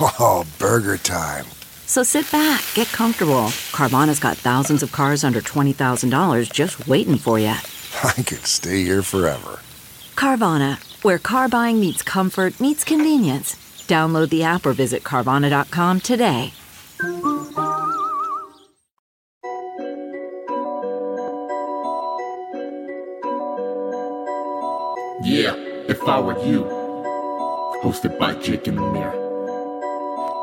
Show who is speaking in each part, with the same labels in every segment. Speaker 1: Oh, burger time.
Speaker 2: So sit back, get comfortable. Carvana's got thousands of cars under $20,000 just waiting for you.
Speaker 1: I could stay here forever.
Speaker 2: Carvana, where car buying meets comfort, meets convenience. Download the app or visit Carvana.com today.
Speaker 3: Yeah, if I were you. Hosted by Jake and Amir.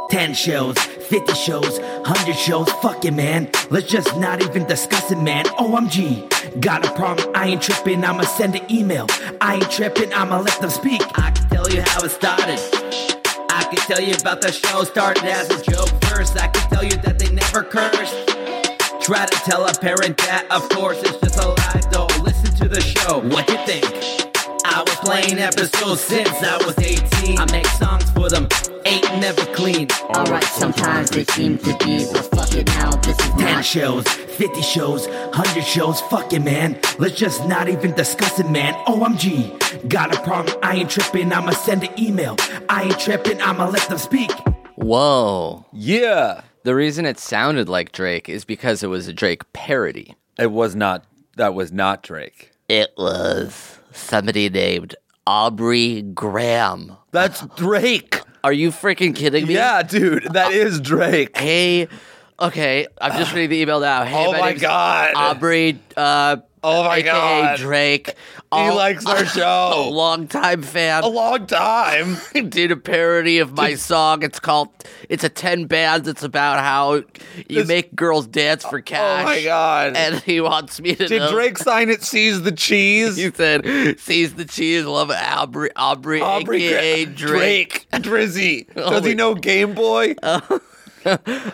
Speaker 4: 10 shows, 50 shows, 100 shows, fuck it, man. Let's just not even discuss it, man. OMG, got a problem, I ain't tripping, I'ma send an email. I ain't tripping, I'ma let them speak. I can tell you how it started. I can tell you about the show, started as a joke first. I can tell you that they never cursed. Try to tell a parent that, of course, it's just a lie, though. Listen to the show, what you think? I was playing episodes since I was 18. I make songs for them, ain't never clean.
Speaker 5: Alright, sometimes they seem to be, but fuck it now, this is
Speaker 4: 10
Speaker 5: not
Speaker 4: shows, 50 shows, 100 shows, fuck it, man. Let's just not even discuss it, man. OMG, got a problem, I ain't tripping, I'ma send an email. I ain't tripping, I'ma let them speak.
Speaker 6: Whoa.
Speaker 7: Yeah.
Speaker 6: The reason it sounded like Drake is because it was a Drake parody.
Speaker 7: It was not. That was not Drake.
Speaker 5: It was somebody named Aubrey Graham.
Speaker 7: That's Drake.
Speaker 6: Are you freaking kidding me?
Speaker 7: Yeah, dude, that is Drake.
Speaker 6: Hey, okay, I'm just reading the email now. Hey,
Speaker 7: Oh my
Speaker 6: name's
Speaker 7: God.
Speaker 6: Aubrey. Uh,
Speaker 7: Oh my
Speaker 6: AKA
Speaker 7: God.
Speaker 6: Drake.
Speaker 7: He
Speaker 6: All-
Speaker 7: likes our
Speaker 6: a
Speaker 7: show.
Speaker 6: longtime fan.
Speaker 7: A long time.
Speaker 6: did a parody of my song. It's called. It's a ten bands. It's about how you
Speaker 7: This- Oh
Speaker 6: make girls dance for cash.
Speaker 7: my God.
Speaker 6: And he wants me to. know-
Speaker 7: Did Drake sign it? Seize the cheese.
Speaker 6: He said, "Sees the cheese, love Aubrey, Aubrey,
Speaker 7: Aubrey
Speaker 6: aka
Speaker 7: Gra-
Speaker 6: Drake.
Speaker 7: Drizzy.
Speaker 6: Oh
Speaker 7: Does he
Speaker 6: my- Uh,
Speaker 7: know Game Boy?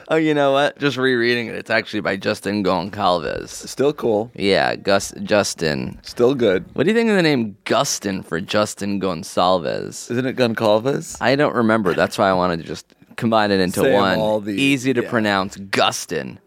Speaker 6: Oh, you know what? Just rereading it. It's actually by Justin Goncalves.
Speaker 7: Still cool.
Speaker 6: Yeah, Gus Justin.
Speaker 7: Still good.
Speaker 6: What do you think of the name Gustin for Justin Gonsalves?
Speaker 7: Isn't it Goncalves?
Speaker 6: I don't remember. That's why I wanted to just combine it into
Speaker 7: Say 'em
Speaker 6: one.
Speaker 7: all the-
Speaker 6: Easy to
Speaker 7: yeah.
Speaker 6: pronounce, Gustin.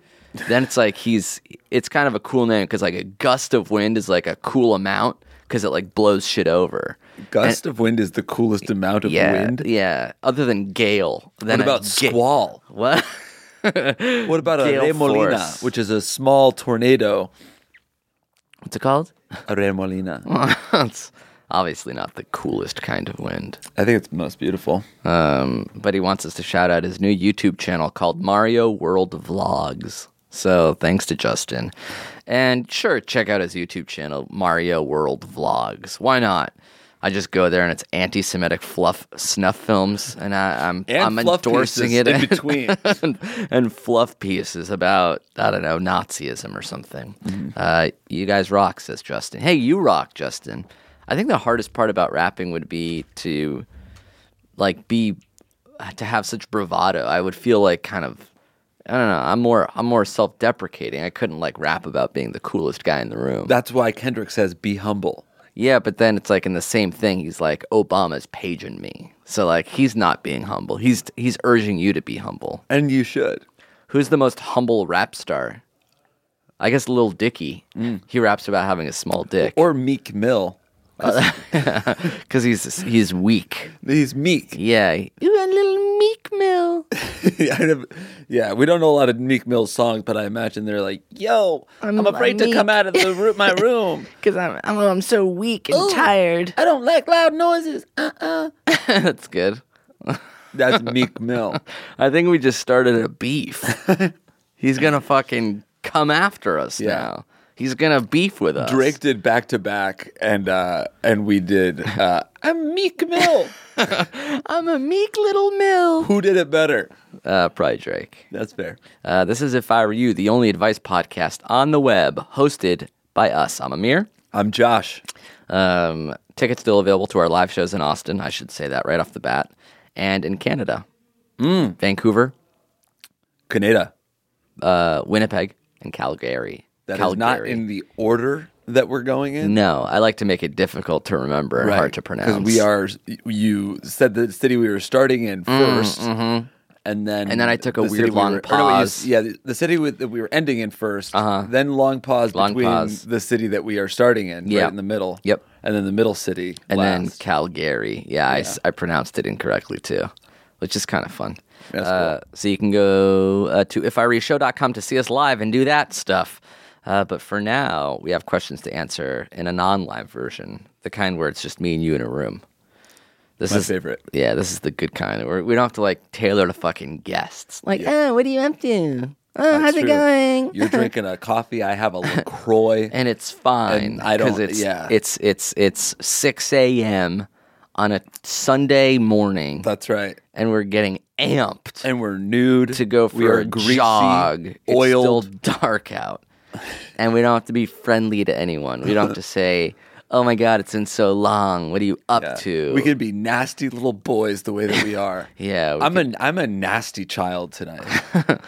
Speaker 6: Then it's like he's. It's kind of a cool name because like a gust of wind is like a cool amount because it like blows shit over.
Speaker 7: Gust of wind is the coolest amount of
Speaker 6: Yeah,
Speaker 7: wind.
Speaker 6: yeah. Other than gale. Then
Speaker 7: What
Speaker 6: a
Speaker 7: about
Speaker 6: ga-
Speaker 7: squall?
Speaker 6: What?
Speaker 7: What about a
Speaker 6: Gale
Speaker 7: remolina,
Speaker 6: force.
Speaker 7: which is a small tornado?
Speaker 6: What's it called?
Speaker 7: A remolina.
Speaker 6: Mm. it's obviously not the coolest kind of wind.
Speaker 7: I think it's most beautiful.
Speaker 6: Um, but he wants us to shout out his new YouTube channel called Mario World Vlogs. So thanks to Justin. And sure, check out his YouTube channel, Mario World Vlogs. Why not? I just go there and it's anti-Semitic fluff snuff films, and I, I'm I'm
Speaker 7: And fluff
Speaker 6: endorsing
Speaker 7: pieces
Speaker 6: it
Speaker 7: in between.
Speaker 6: and, and fluff pieces about I don't know Nazism or something. Uh, you guys rock, says Justin. Hey, you rock, Justin. I think the hardest part about rapping would be to like be to have such bravado. I would feel like kind of I don't know. I'm more I'm more self-deprecating. I couldn't like rap about being the coolest guy in the room.
Speaker 7: That's why Kendrick says, "Be humble."
Speaker 6: yeah, but then it's like in the same thing. He's like Obama's paging me. So like he's not being humble. He's he's urging you to be humble.
Speaker 7: And you should.
Speaker 6: Who's the most humble rap star? I guess Lil Dicky. He raps about having a small dick
Speaker 7: Or Meek Mill.
Speaker 6: cuz he's he's weak.
Speaker 7: He's meek.
Speaker 6: Yeah. You a little meek mill.
Speaker 7: I never- yeah, we don't know a lot of Meek Mill songs, but I imagine they're like, "Yo, I'm, afraid to come out of the roo- my room.
Speaker 6: Cuz I'm, I'm oh, I'm so weak and tired.
Speaker 7: I don't like loud noises." Uh-uh.
Speaker 6: That's good.
Speaker 7: That's Meek Mill.
Speaker 6: I think we just started a beef. He's gonna fucking come after us
Speaker 7: Yeah.
Speaker 6: now. He's gonna beef with us.
Speaker 7: Drake did back to back, and uh, and we did. Uh, I'm Meek Mill.
Speaker 6: I'm a meek little mill.
Speaker 7: Who did it better?
Speaker 6: Uh, probably Drake.
Speaker 7: That's fair.
Speaker 6: Uh, this is If I Were You, the only advice podcast on the web, hosted by us. I'm Amir.
Speaker 7: I'm Josh.
Speaker 6: Um, tickets still available to our live shows in Austin. I should say that right off the bat, and in Canada,
Speaker 7: Hmm.
Speaker 6: Vancouver,
Speaker 7: Kaneda.
Speaker 6: uh, Winnipeg, and Calgary.
Speaker 7: That is
Speaker 6: Calgary.
Speaker 7: not in the order that we're going in.
Speaker 6: No, I like to make it difficult to remember and hard to pronounce. Mm,
Speaker 7: we are. You said the city we were starting in 1st and then
Speaker 6: mm-hmm. And then I took a
Speaker 7: the
Speaker 6: weird
Speaker 7: city we
Speaker 6: long
Speaker 7: were- or no, you-
Speaker 6: pause. Uh-huh.
Speaker 7: yeah, the, the city with, that we were ending in 1st then long pause
Speaker 6: Long
Speaker 7: between
Speaker 6: pause.
Speaker 7: the city that we are starting in,
Speaker 6: Yeah.
Speaker 7: right in the middle.
Speaker 6: Yep.
Speaker 7: and then the middle city,
Speaker 6: and then
Speaker 7: last.
Speaker 6: Calgary. Yeah, I s I I, pronounced it incorrectly too, which is kind of fun.
Speaker 7: That's
Speaker 6: Uh, So you can go uh, to ifireshow.com to see us live and do that stuff. Uh, but for now, we have questions to answer in a non-live version, the kind where it's just me and you in a room. This
Speaker 7: My
Speaker 6: is
Speaker 7: favorite.
Speaker 6: Yeah, this is the good kind. Where we don't have to like tailor to fucking guests. Like, oh, what are you up to? Oh, how's
Speaker 7: That's
Speaker 6: it
Speaker 7: true.
Speaker 6: going?
Speaker 7: You're drinking a coffee. I have a Lacroix.
Speaker 6: and it's fine.
Speaker 7: And I don't-
Speaker 6: 'cause It's,
Speaker 7: yeah.
Speaker 6: it's it's it's six a.m. on a Sunday morning,
Speaker 7: That's right.
Speaker 6: and we're getting amped
Speaker 7: And we're nude
Speaker 6: to go for
Speaker 7: we are
Speaker 6: a
Speaker 7: greasy,
Speaker 6: jog.
Speaker 7: oiled.
Speaker 6: It's still dark out, and we don't have to be friendly to anyone. We don't have to say, "Oh my God, it's been so long. What are you up
Speaker 7: Yeah.
Speaker 6: to?"
Speaker 7: We could be nasty little boys the way that we are.
Speaker 6: Yeah, we
Speaker 7: I'm a I'm a nasty child tonight.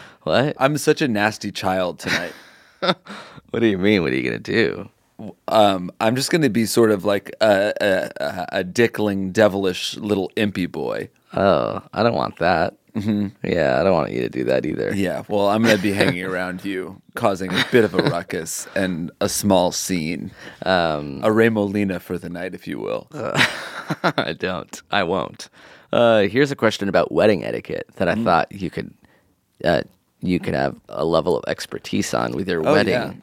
Speaker 6: what?
Speaker 7: I'm such a nasty child tonight.
Speaker 6: What do you mean? What are you gonna do?
Speaker 7: Um, I'm just going to be sort of like a, a, a, a dickling, devilish little impy boy.
Speaker 6: Oh, I don't want that. Mm-hmm. Yeah, I don't want you to do that either.
Speaker 7: Yeah, well, I'm going to be hanging around you, causing a bit of a ruckus and a small scene. Um, a Remolina for the night, if you will.
Speaker 6: I don't. I won't. Uh, here's a question about wedding etiquette that I thought you could uh, you could have a level of expertise on with your wedding.
Speaker 7: yeah.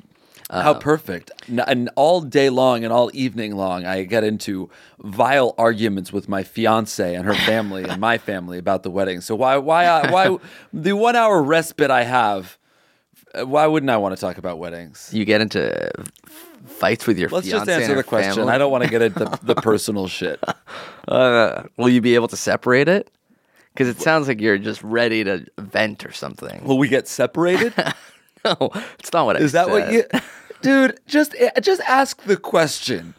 Speaker 7: How perfect. N- And all day long and all evening long, I get into vile arguments with my fiance and her family and my family about the wedding. So why, why, I, why the one hour respite I have? uh, Why wouldn't I want to talk about weddings?
Speaker 6: You get into fights with your
Speaker 7: Let's
Speaker 6: fiance
Speaker 7: just answer
Speaker 6: and
Speaker 7: the
Speaker 6: her
Speaker 7: question.
Speaker 6: family.
Speaker 7: I don't want to get into the, the personal shit.
Speaker 6: Will you be able to separate it? Because it sounds like you're just ready to vent or something.
Speaker 7: Will we get separated?
Speaker 6: no, it's not what I
Speaker 7: Is that what
Speaker 6: said.
Speaker 7: you, dude? Just eh, just ask the question.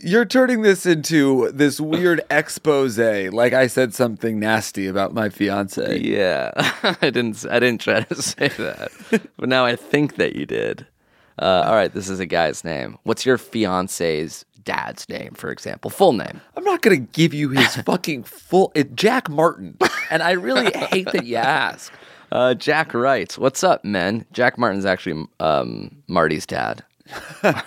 Speaker 7: You're turning this into this weird expose. Like I said something nasty about my fiance.
Speaker 6: Yeah, I didn't. I didn't try to say that, but now I think that you did. Uh, all right, this is a guy's name. What's your fiance's dad's name, for example? Full name.
Speaker 7: I'm not gonna give you his fucking full. It, Jack Martin, and I really hate that you ask.
Speaker 6: Uh, Jack writes, "What's up, men?" Jack Martin's actually um, Marty's dad.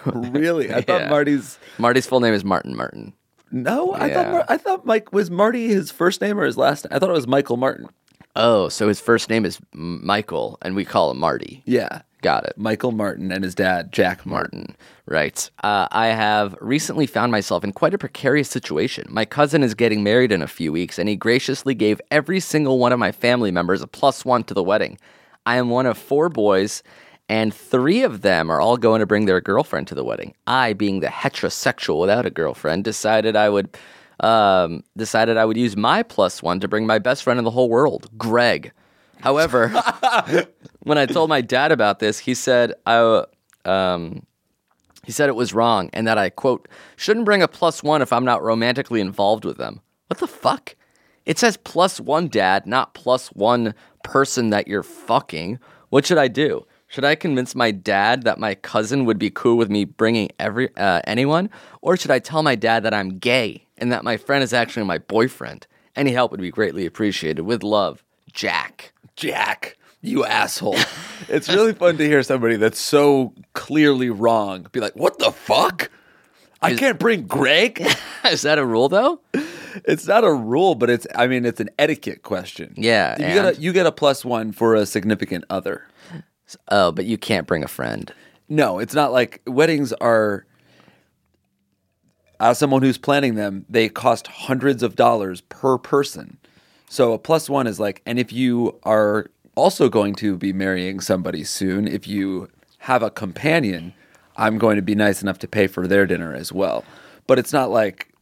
Speaker 7: Really, I thought
Speaker 6: Yeah.
Speaker 7: Marty's
Speaker 6: Marty's full name is Martin Martin.
Speaker 7: no. I thought
Speaker 6: Yeah.
Speaker 7: Mar- I thought Mike was Marty his first name or his last. name? I thought it was Michael Martin.
Speaker 6: Oh, so his first name is M- Michael, and we call him Marty.
Speaker 7: Yeah,
Speaker 6: Got it.
Speaker 7: Michael Martin and his dad Jack Martin.
Speaker 6: Martin writes, uh, I have recently found myself in quite a precarious situation. My cousin is getting married in a few weeks, and he graciously gave every single one of my family members a plus one to the wedding. I am one of four boys, and three of them are all going to bring their girlfriend to the wedding. I, being the heterosexual without a girlfriend, decided I would. Um, decided I would use my plus one to bring my best friend in the whole world, Greg. However, when I told my dad about this, he said "Oh, I um, he said it was wrong and that I quote shouldn't bring a plus one if I'm not romantically involved with them. What the fuck? It says plus one dad, not plus one person that you're fucking. What should I do? Should I convince my dad that my cousin would be cool with me bringing every uh, anyone, or should I tell my dad that I'm gay and that my friend is actually my boyfriend? Any help would be greatly appreciated. With love, Jack.
Speaker 7: Jack, you asshole. it's really fun to hear somebody that's so clearly wrong be like, what the fuck? I can't bring Greg.
Speaker 6: Is that a rule though?
Speaker 7: It's not a rule, but it's I mean it's an etiquette question.
Speaker 6: Yeah,
Speaker 7: You get
Speaker 6: and?
Speaker 7: a you get a plus one for a significant other.
Speaker 6: Oh, but you can't bring a friend.
Speaker 7: No, it's not like weddings are as someone who's planning them, they cost hundreds of dollars per person. So a plus one is like, and if you are also going to be marrying somebody soon, if you have a companion, I'm going to be nice enough to pay for their dinner as well. But it's not like,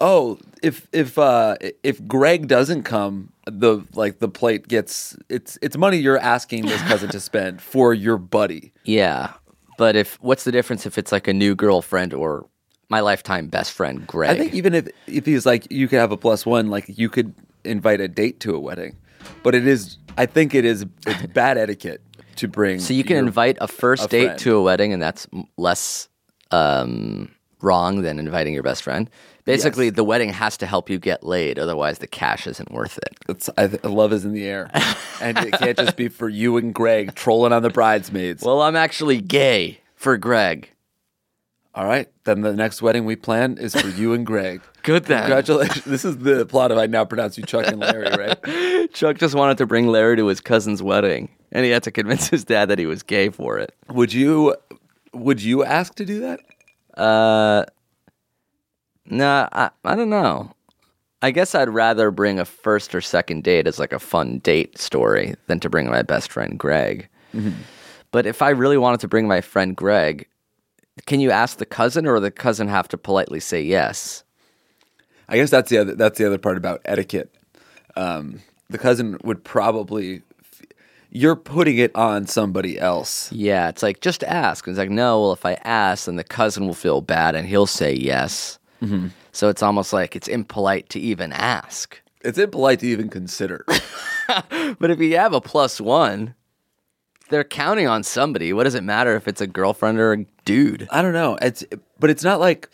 Speaker 7: oh, if if uh, if Greg doesn't come, the like the plate gets it's it's money you're asking this cousin to spend for your buddy.
Speaker 6: Yeah, but if what's the difference if it's like a new girlfriend or my lifetime best friend Greg?
Speaker 7: I think even if if he's like you could have a plus one, like you could invite a date to a wedding, but it is I think it is it's bad etiquette to bring.
Speaker 6: so you can
Speaker 7: your-
Speaker 6: invite a first
Speaker 7: a
Speaker 6: date
Speaker 7: friend.
Speaker 6: to a wedding, and that's m- less um, wrong than inviting your best friend. Basically, the wedding has to help you get laid, otherwise the cash isn't worth it.
Speaker 7: It's, I th- love is in the air, and it can't just be for you and Greg trolling on the bridesmaids.
Speaker 6: Well, I'm actually gay for Greg.
Speaker 7: All right, then the next wedding we plan is for you and Greg.
Speaker 6: Good then.
Speaker 7: Congratulations! This is the plot of I now pronounce you Chuck and Larry, right?
Speaker 6: Chuck just wanted to bring Larry to his cousin's wedding, and he had to convince his dad that he was gay for it.
Speaker 7: Would you would you ask to do that?
Speaker 6: No, I, I don't know. I guess I'd rather bring a first or second date as like a fun date story than to bring my best friend Greg. But if I really wanted to bring my friend Greg, can you ask the cousin or the cousin have to politely say yes?
Speaker 7: I guess that's the other that's the other part about etiquette. Um, the cousin would probably f- you're putting it on somebody else.
Speaker 6: Yeah, it's like just ask. It's like no. Well, if I ask, then the cousin will feel bad and he'll say yes. So it's almost like it's impolite to even ask.
Speaker 7: It's impolite to even consider.
Speaker 6: But if you have a plus one, they're counting on somebody. What does it matter if it's a girlfriend or a dude?
Speaker 7: I don't know. It's but it's not like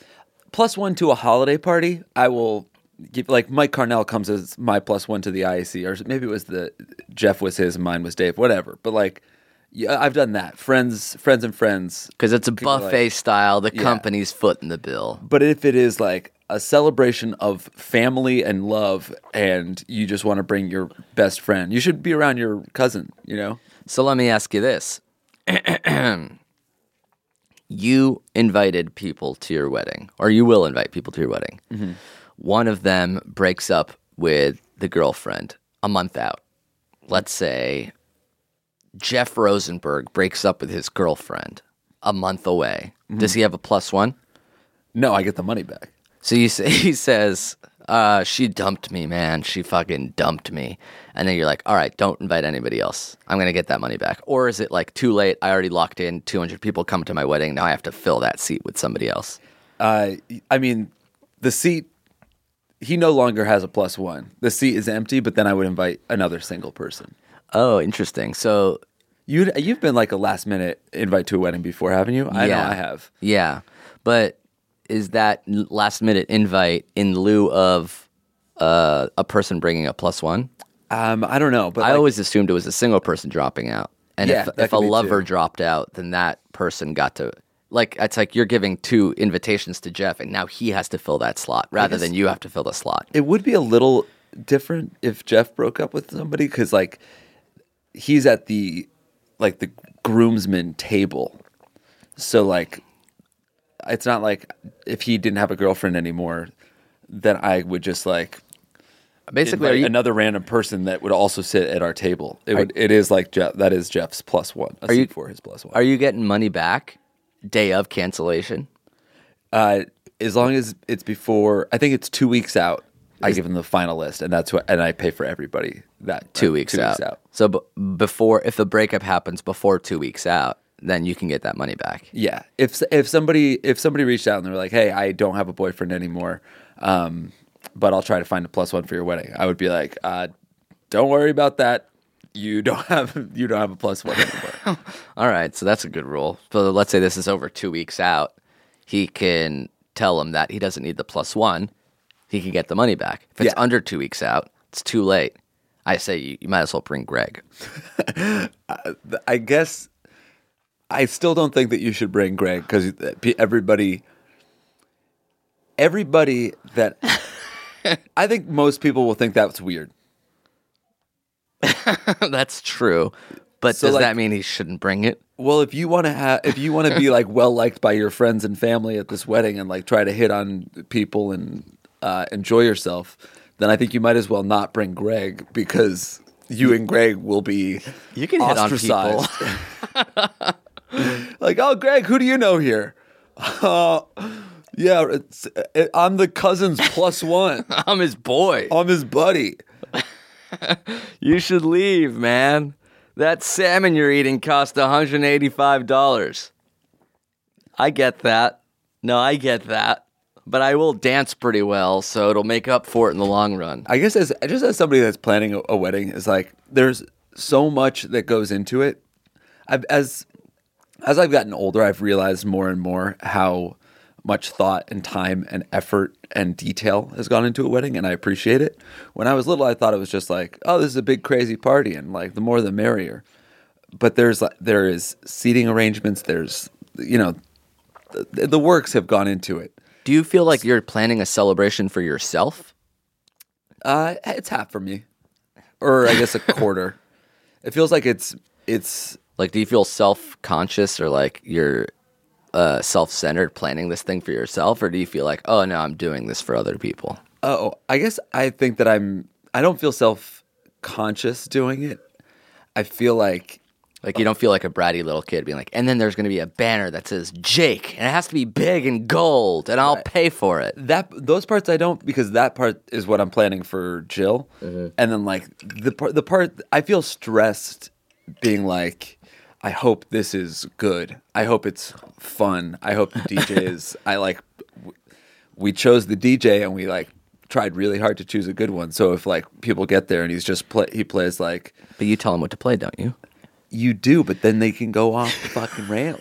Speaker 7: plus one to a holiday party. I will give like Mike Carnell comes as my plus one to the IAC, or maybe it was the Jeff was his, mine was Dave, whatever. But like, yeah, I've done that. Friends, friends, and friends.
Speaker 6: Because it's a
Speaker 7: People
Speaker 6: buffet
Speaker 7: like-
Speaker 6: style, the company's foot in the bill.
Speaker 7: But if it is like a celebration of family and love, and you just want to bring your best friend, you should be around your cousin. You know,
Speaker 6: So let me ask you this. you invited people to your wedding, or you will invite people to your wedding. One of them breaks up with the girlfriend a month out. Let's say Jeff Rosenberg breaks up with his girlfriend a month away. Does he have a plus one?
Speaker 7: no, I get the money back.
Speaker 6: So you say, he says, uh, she dumped me, man. She fucking dumped me. And then you're like, all right, don't invite anybody else. I'm going to get that money back. Or is it like too late? I already locked in 200 people come to my wedding. Now I have to fill that seat with somebody else.
Speaker 7: Uh, I mean, the seat. He no longer has a plus one. The seat is empty, but then I would invite another single person.
Speaker 6: Oh, interesting. So,
Speaker 7: You you've been like a last minute invite to a wedding before, haven't you? I
Speaker 6: yeah.
Speaker 7: know I have.
Speaker 6: Yeah. But is that n- last minute invite in lieu of uh, a person bringing a plus one?
Speaker 7: Um, I don't know, but
Speaker 6: I
Speaker 7: like,
Speaker 6: always assumed it was a single person dropping out. And
Speaker 7: Yeah,
Speaker 6: if,
Speaker 7: that
Speaker 6: if a
Speaker 7: could be
Speaker 6: lover
Speaker 7: two.
Speaker 6: dropped out, then that person got to like it's like you're giving two invitations to Jeff and now he has to fill that slot rather than you have to fill the slot.
Speaker 7: it would be a little different if Jeff broke up with somebody because like he's at the like the groomsman table, so like it's not like if he didn't have a girlfriend anymore, then I would just like
Speaker 6: Basically, are
Speaker 7: invite
Speaker 6: you,
Speaker 7: another random person that would also sit at our table. It would, it is like Jeff. That is Jeff's plus one. A
Speaker 6: you-
Speaker 7: seat for his plus one?
Speaker 6: are you getting money back day of cancellation?
Speaker 7: Uh, as long as it's before, I think it's two weeks out. I give them the final list, and that's what, and I pay for everybody that
Speaker 6: Two
Speaker 7: uh,
Speaker 6: weeks out. So b- before if the breakup happens before 2 weeks out, then you can get that money back.
Speaker 7: Yeah, if s- if somebody if somebody reached out and they were like, "Hey, I don't have a boyfriend anymore, um, but I'll try to find a plus one for your wedding," I would be like, uh, "Don't worry about that. You don't have you don't have a plus one anymore."
Speaker 6: All right, so that's a good rule. So let's say this is over two weeks out. He can tell him that he doesn't need the plus one. He can get the money back. If it's
Speaker 7: Yeah.
Speaker 6: under two weeks out, it's too late. I say you, you might as well bring Greg.
Speaker 7: I guess I still don't think that you should bring Greg because everybody, everybody that I think most people will think that's weird.
Speaker 6: that's true. But
Speaker 7: So,
Speaker 6: does that
Speaker 7: like-
Speaker 6: mean he shouldn't bring it?
Speaker 7: Well, if you want to have, if you want to be like well liked by your friends and family at this wedding and like try to hit on people and uh, enjoy yourself, then I think you might as well not bring Greg because you and Greg will be
Speaker 6: You can hit on people.
Speaker 7: ostracized. like, oh, Greg, who do you know here? Uh, yeah, it's, it, I'm the cousin's plus one.
Speaker 6: I'm his boy.
Speaker 7: I'm his buddy.
Speaker 6: You should leave, man. That salmon you're eating cost $185. I get that. No, I get that. But I will dance pretty well, so it'll make up for it in the long run.
Speaker 7: I guess as just as somebody that's planning a, a wedding is like there's so much that goes into it. I've, as as I've gotten older, I've realized more and more how much thought and time and effort and detail has gone into a wedding, and I appreciate it. When I was little, I thought it was just like, oh, this is a big crazy party, and like the more the merrier. But there's like there is seating arrangements. There's you know, the, the works have gone into it.
Speaker 6: Do you feel like you're planning a celebration for yourself?
Speaker 7: Uh, it's half for me, or I guess a quarter. it feels like it's it's
Speaker 6: Like, do you feel self conscious or like you're uh, self centered planning this thing for yourself? Or do you feel like, oh, no, I'm doing this for other people?
Speaker 7: oh I guess I think that I'm I don't feel self conscious doing it. I feel like
Speaker 6: Like, you don't feel like a bratty little kid being like, and then there's going to be a banner that says Jake, and it has to be big and gold, and I'll pay for it.
Speaker 7: that those parts I don't because that part is what I'm planning for Jill,
Speaker 6: Mm-hmm.
Speaker 7: and then like the part the part I feel stressed being like. I hope this is good. I hope it's fun. I hope the DJ is. I like. w- We chose the DJ and we like tried really hard to choose a good one. So if like people get there and he's just play, he plays like
Speaker 6: But you tell them what to play, don't you?
Speaker 7: you do, but then they can go off the fucking rails.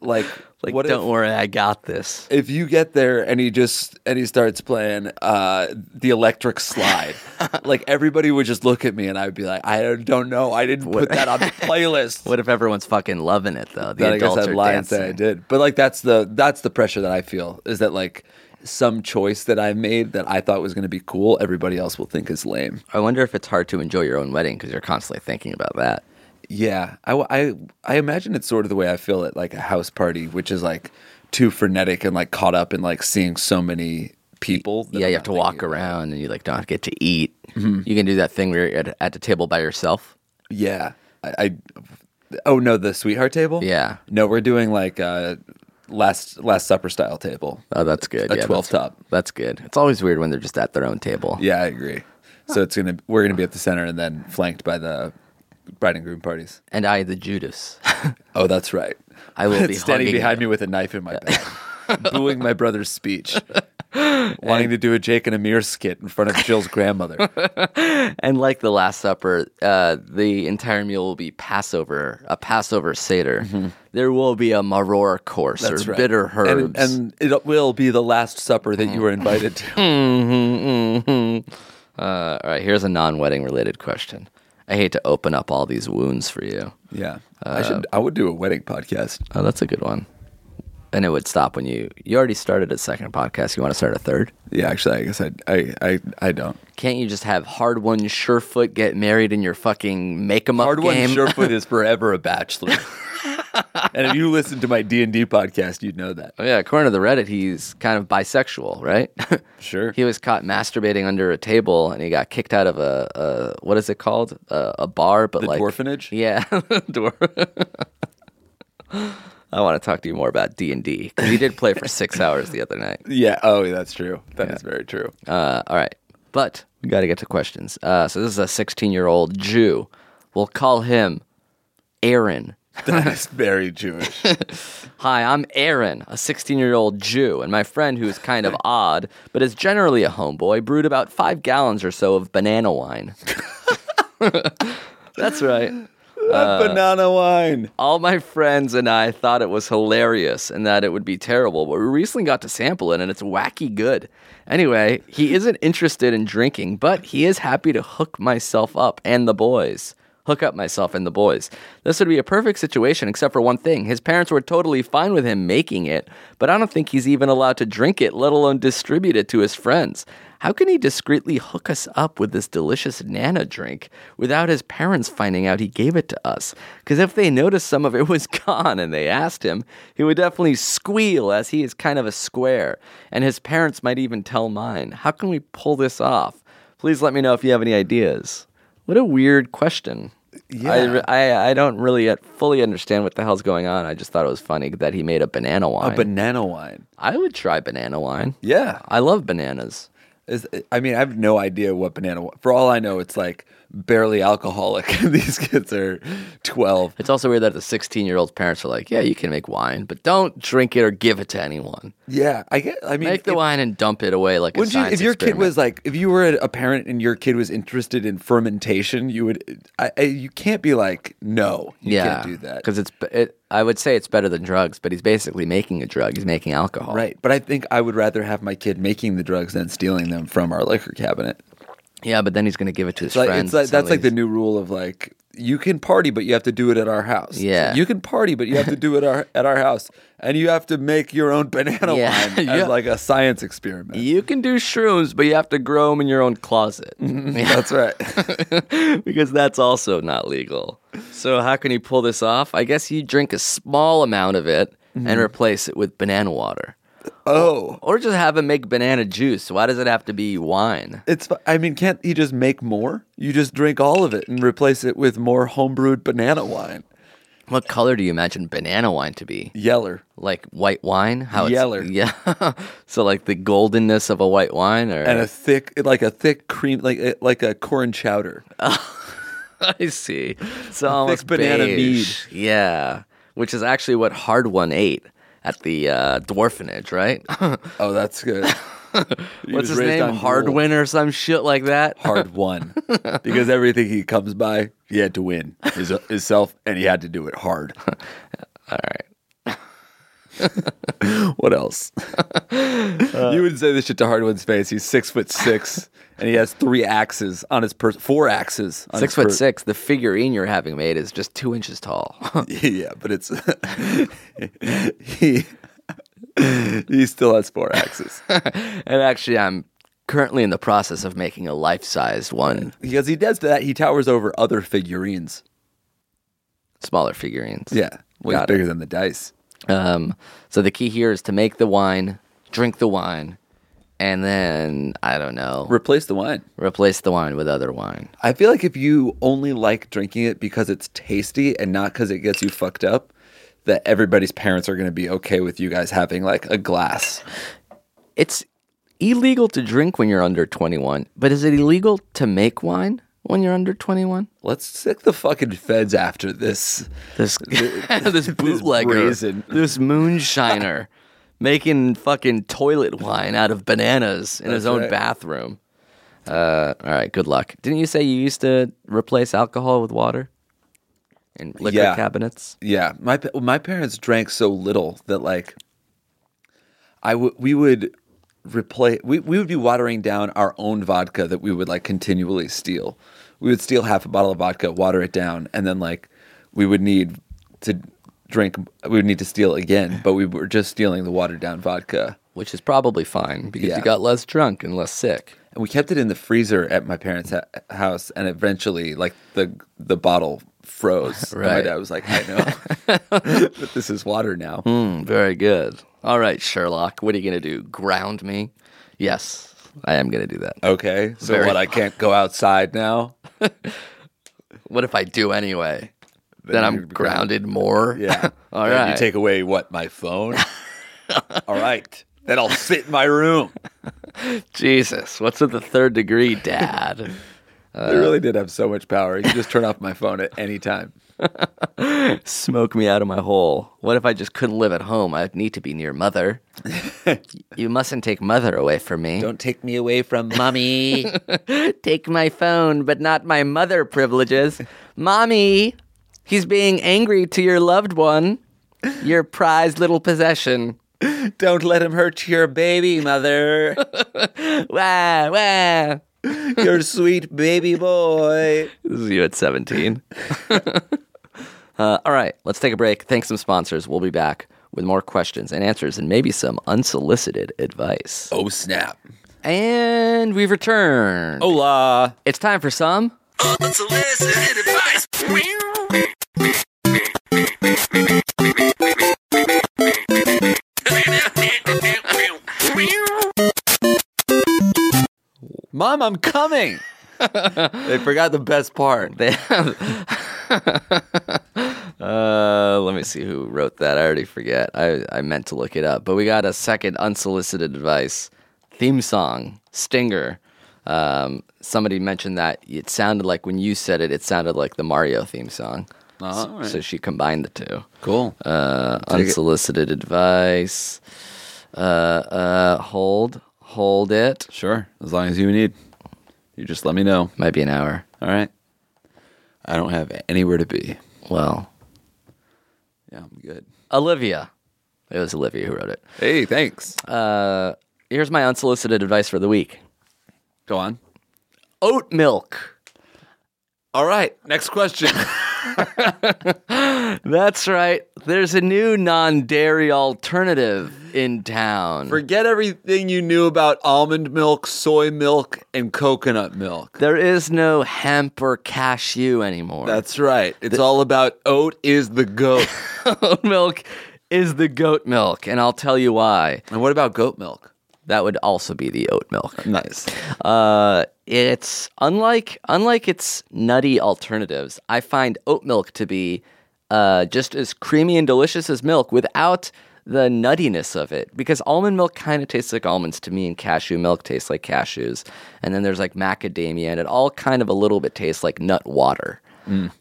Speaker 7: like,
Speaker 6: Like,
Speaker 7: what
Speaker 6: don't
Speaker 7: if,
Speaker 6: worry, I got this.
Speaker 7: if you get there and he just and he starts playing uh, the electric slide, like everybody would just look at me and I would be like, I don't- don't know, I didn't put that on the playlist.
Speaker 6: What if everyone's fucking loving it though? The
Speaker 7: Then I guess
Speaker 6: adults
Speaker 7: I'd
Speaker 6: are
Speaker 7: lie and
Speaker 6: dancing.
Speaker 7: say I did, but like that's the that's the pressure that I feel is that like some choice that I made that I thought was going to be cool, everybody else will think is lame.
Speaker 6: I wonder if it's hard to enjoy your own wedding because you're constantly thinking about that.
Speaker 7: Yeah, I, w- I- I imagine it's sort of the way I feel at like a house party, which is like too frenetic and like caught up in like seeing so many people. that
Speaker 6: yeah,
Speaker 7: I'm
Speaker 6: you have to
Speaker 7: not
Speaker 6: walk
Speaker 7: thinking- Mm-hmm.
Speaker 6: around and you like don't get to eat. You can do that thing where you're at, at the table by yourself.
Speaker 7: Yeah, I, I oh no, the sweetheart table.
Speaker 6: Yeah.
Speaker 7: no, we're doing like uh last Last Supper style table,
Speaker 6: Oh, that's good.
Speaker 7: a
Speaker 6: yeah,
Speaker 7: twelve
Speaker 6: that's-
Speaker 7: top.
Speaker 6: That's good. It's always weird when they're just at their own table.
Speaker 7: Yeah, I agree. So it's gonna we're gonna be at the center and then flanked by the bride and groom parties.
Speaker 6: And I, the Judas,
Speaker 7: Oh, that's right.
Speaker 6: I will be
Speaker 7: standing
Speaker 6: hugging
Speaker 7: behind
Speaker 6: you.
Speaker 7: me with a knife in my back, booing my brother's speech, wanting to do a Jake and Amir skit in front of Jill's grandmother.
Speaker 6: and like the Last Supper, uh, the entire meal will be Passover, a Passover seder. There will be a maror course
Speaker 7: Mm-hmm. That's
Speaker 6: or
Speaker 7: right.
Speaker 6: bitter herbs. Mm.
Speaker 7: And, and it will be the last supper that you were invited to.
Speaker 6: Uh, all right, here's a non-wedding related question. I hate to open up all these wounds for you.
Speaker 7: yeah,
Speaker 6: Uh,
Speaker 7: I should. I would do a wedding podcast.
Speaker 6: Oh, that's a good one. And it would stop when you you already started a second podcast. You want to start a third?
Speaker 7: Yeah, actually, I guess I I I, I don't.
Speaker 6: Can't you just have hard one surefoot get married in your fucking make 'em up
Speaker 7: Hard one,
Speaker 6: game?
Speaker 7: Surefoot is forever a bachelor. and if you listen to my D and D podcast, you'd know that.
Speaker 6: Oh, yeah, according to the Reddit, he's kind of bisexual, right?
Speaker 7: Sure.
Speaker 6: he was caught masturbating under a table, and he got kicked out of a, a what is it called? A, a bar, but
Speaker 7: The
Speaker 6: like
Speaker 7: orphanage?
Speaker 6: Yeah, dwarf. I want to talk to you more about D and D because he did play for six hours the other night.
Speaker 7: Yeah. Oh, yeah, that's true. That is very true.
Speaker 6: Uh, all right, but we got to get to questions. Uh, so this is a 16 year old Jew. We'll call him Aaron.
Speaker 7: That is very Jewish.
Speaker 6: Hi, I'm Aaron, a 16 year old Jew, and my friend who is kind of odd, but is generally a homeboy, brewed about five gallons or so of banana wine. That's right.
Speaker 7: Uh, banana wine.
Speaker 6: All my friends and I thought it was hilarious and that it would be terrible, but we recently got to sample it and it's wacky good. Anyway, he isn't interested in drinking, but he is happy to hook myself up and the boys. Hook up myself and the boys. This would be a perfect situation, except for one thing. His parents were totally fine with him making it, but I don't think he's even allowed to drink it, let alone distribute it to his friends. How can he discreetly hook us up with this delicious Nana drink without his parents finding out he gave it to us? Because if they noticed some of it was gone and they asked him, he would definitely squeal as he is kind of a square. And his parents might even tell mine. How can we pull this off? Please let me know if you have any ideas. What a weird question. I, re- I I don't really yet fully understand what the hell's going on. I just thought it was funny that he made a banana wine.
Speaker 7: A banana wine.
Speaker 6: I would try banana wine.
Speaker 7: Yeah.
Speaker 6: I love bananas.
Speaker 7: Is, I mean, I have no idea what banana. wi- For all I know, it's like barely alcoholic. These kids are twelve.
Speaker 6: It's also weird that the 16 year old's parents are like, yeah, you can make wine, but don't drink it or give it to anyone.
Speaker 7: Yeah, I get. I mean,
Speaker 6: Make the
Speaker 7: if-
Speaker 6: wine and dump it away like a
Speaker 7: Wouldn't you,
Speaker 6: science
Speaker 7: if your kid
Speaker 6: experiment.
Speaker 7: was like, if you were a parent and your kid was interested in fermentation, you would, I, I, you can't be like, no, you
Speaker 6: yeah,
Speaker 7: can't do that.
Speaker 6: because it's. It, I would say it's better than drugs, but he's basically making a drug. He's making alcohol.
Speaker 7: Right. But I think I would rather have my kid making the drugs than stealing them from our liquor cabinet.
Speaker 6: Yeah, but then he's going to give it to his
Speaker 7: It's like,
Speaker 6: friends.
Speaker 7: it's like
Speaker 6: at
Speaker 7: that's like the
Speaker 6: least.
Speaker 7: new rule of like, you can party, but you have to do it at our house.
Speaker 6: Yeah.
Speaker 7: You can party, but you have to do it our, at our house. And you have to make your own banana
Speaker 6: Yeah.
Speaker 7: wine as
Speaker 6: Yeah.
Speaker 7: like a science experiment.
Speaker 6: You can do shrooms, but you have to grow them in your own closet. Yeah.
Speaker 7: Mm-hmm. That's right.
Speaker 6: because that's also not legal. So how can you pull this off? I guess you drink a small amount of it
Speaker 7: Mm-hmm.
Speaker 6: and replace it with banana water,
Speaker 7: oh.
Speaker 6: or just have him make banana juice. Why does it have to be wine?
Speaker 7: It's. fu- I mean, can't you just make more? You just drink all of it and replace it with more homebrewed banana wine.
Speaker 6: What color do you imagine banana wine to be?
Speaker 7: Yeller.
Speaker 6: Like white wine? How it's-
Speaker 7: Yeller.
Speaker 6: Yeah. so like the goldenness of a white wine, or
Speaker 7: And a thick, like a thick cream, like a, like a corn chowder.
Speaker 6: I see. So almost
Speaker 7: banana
Speaker 6: beige. Yeah, which is actually what Hard One ate at the uh, dwarfenage, right?
Speaker 7: Oh, that's good. He
Speaker 6: What's
Speaker 7: was
Speaker 6: his
Speaker 7: raised
Speaker 6: name?
Speaker 7: on
Speaker 6: Hardwin or some shit like that.
Speaker 7: gold. Hard won, because everything he comes by, he had to win his, himself, and he had to do it hard.
Speaker 6: All right.
Speaker 7: What else?
Speaker 6: Uh,
Speaker 7: you wouldn't say this shit to Hardwin's face. He's six foot six, and he has three axes on his person, four axes. On
Speaker 6: Six
Speaker 7: his
Speaker 6: foot
Speaker 7: per-
Speaker 6: six. The figurine you're having made is just two inches tall.
Speaker 7: Yeah, but it's he he still has four axes
Speaker 6: and actually, I'm currently in the process of making a life sized one,
Speaker 7: because he does that. He towers over other figurines.
Speaker 6: smaller figurines.
Speaker 7: Yeah, way
Speaker 6: Got it.
Speaker 7: bigger than the dice.
Speaker 6: Um, so the key here is to make the wine, drink the wine, and then, I don't know,
Speaker 7: Replace the wine.
Speaker 6: replace the wine with other wine.
Speaker 7: I feel like if you only like drinking it because it's tasty and not because it gets you fucked up, that everybody's parents are going to be okay with you guys having like a glass.
Speaker 6: It's illegal to drink when you're under 21, but is it illegal to make wine when you're under 21?
Speaker 7: Let's sick the fucking feds after this.
Speaker 6: This this bootlegger, this,
Speaker 7: brazen-
Speaker 6: moonshiner, making fucking toilet wine out of bananas in his
Speaker 7: That's
Speaker 6: own
Speaker 7: right.
Speaker 6: bathroom. Uh, all right, good luck. Didn't you say you used to replace alcohol with water in liquor
Speaker 7: Yeah.
Speaker 6: cabinets?
Speaker 7: Yeah, my pa- my parents drank so little that like I would we would replace we we would be watering down our own vodka that we would like continually steal. We would steal half a bottle of vodka, water it down, and then like we would need to drink. We would need to steal again, but we were just stealing the watered down vodka,
Speaker 6: Which is probably fine because
Speaker 7: Yeah.
Speaker 6: you got less drunk and less sick.
Speaker 7: and we kept it in the freezer at my parents' ha- house. And eventually, like the the bottle froze. And my
Speaker 6: Right.
Speaker 7: dad was like, "I know, but this is water now."
Speaker 6: Mm, very good. All right, Sherlock, what are you gonna do? Ground me? Yes, I am gonna do that.
Speaker 7: Okay. So
Speaker 6: Very-
Speaker 7: what? I can't go outside now.
Speaker 6: What if I do anyway? Then
Speaker 7: you'd
Speaker 6: I'm
Speaker 7: be grounded.
Speaker 6: grounded more.
Speaker 7: Yeah.
Speaker 6: All
Speaker 7: Then You
Speaker 6: right.
Speaker 7: take away what? My phone. All right. Then I'll sit in my room.
Speaker 6: Jesus, what's with the third degree, Dad?
Speaker 7: they really did have so much power. You could just turn off my phone at any time.
Speaker 6: Smoke me out of my hole. What if I just couldn't live at home? I'd need to be near mother. you mustn't take mother away from me.
Speaker 7: Don't take me away from mommy.
Speaker 6: take my phone, but not my mother privileges. Mommy, he's being angry to your loved one, your prized little possession.
Speaker 7: Don't let him hurt your baby, mother.
Speaker 6: Wah, wah.
Speaker 7: your sweet baby boy.
Speaker 6: This is you at 17. uh, all right, let's take a break. Thanks some sponsors. We'll be back with more questions and answers and maybe some unsolicited advice.
Speaker 7: Oh snap. Oh,
Speaker 6: And we've returned.
Speaker 7: Hola.
Speaker 6: It's time for some.
Speaker 7: Mom, I'm coming. they forgot the best part.
Speaker 6: They Uh, let me see who wrote that. I already forget. I, I meant to look it up. But we got a second unsolicited advice theme song, Stinger. Um, somebody mentioned that it sounded like when you said it, it sounded like the Mario theme song. so, so she combined the two.
Speaker 7: Cool.
Speaker 6: Uh, unsolicited advice. Uh, uh, hold, hold it.
Speaker 7: Sure. As long as you need. You just let me know.
Speaker 6: Might be an hour.
Speaker 7: All right. I don't have anywhere to be.
Speaker 6: Well,
Speaker 7: Yeah, I'm good.
Speaker 6: Olivia. It was Olivia who wrote it.
Speaker 7: Hey, thanks.
Speaker 6: Here's my unsolicited advice for the week.
Speaker 7: Go on.
Speaker 6: oat milk.
Speaker 7: All right. Next question.
Speaker 6: That's right. There's a new non dairy alternative in town.
Speaker 7: Forget everything you knew about almond milk, soy milk, and coconut milk.
Speaker 6: there is no hemp or cashew anymore.
Speaker 7: That's right. It's all about oat is the goat.
Speaker 6: oat milk is the goat milk, and I'll tell you why.
Speaker 7: and what about goat milk?
Speaker 6: That would also be the oat milk.
Speaker 7: Nice.
Speaker 6: Uh, it's unlike unlike its nutty alternatives. I find oat milk to be uh, just as creamy and delicious as milk without the nuttiness of it. Because almond milk kind of tastes like almonds to me, and cashew milk tastes like cashews. And then there's like macadamia, and it all kind of a little bit tastes like nut water.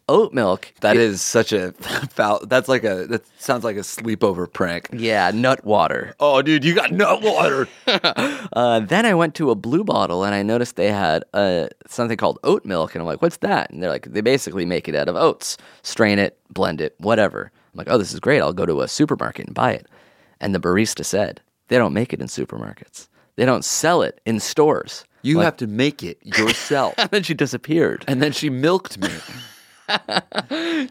Speaker 6: Oat milk,
Speaker 7: Mm. That is such a foul. That's like a. That sounds like a sleepover prank.
Speaker 6: yeah, nut water.
Speaker 7: Oh, dude, you got nut water.
Speaker 6: Uh, then I went to a Blue Bottle and I noticed they had uh, something called oat milk, and I'm like, "What's that?" And they're like, "They basically make it out of oats, strain it, blend it, whatever." I'm like, "Oh, this is great! I'll go to a supermarket and buy it." And the barista said, "They don't make it in supermarkets. They don't sell it in stores."
Speaker 7: You have to make it yourself.
Speaker 6: And then she disappeared.
Speaker 7: and then she milked me.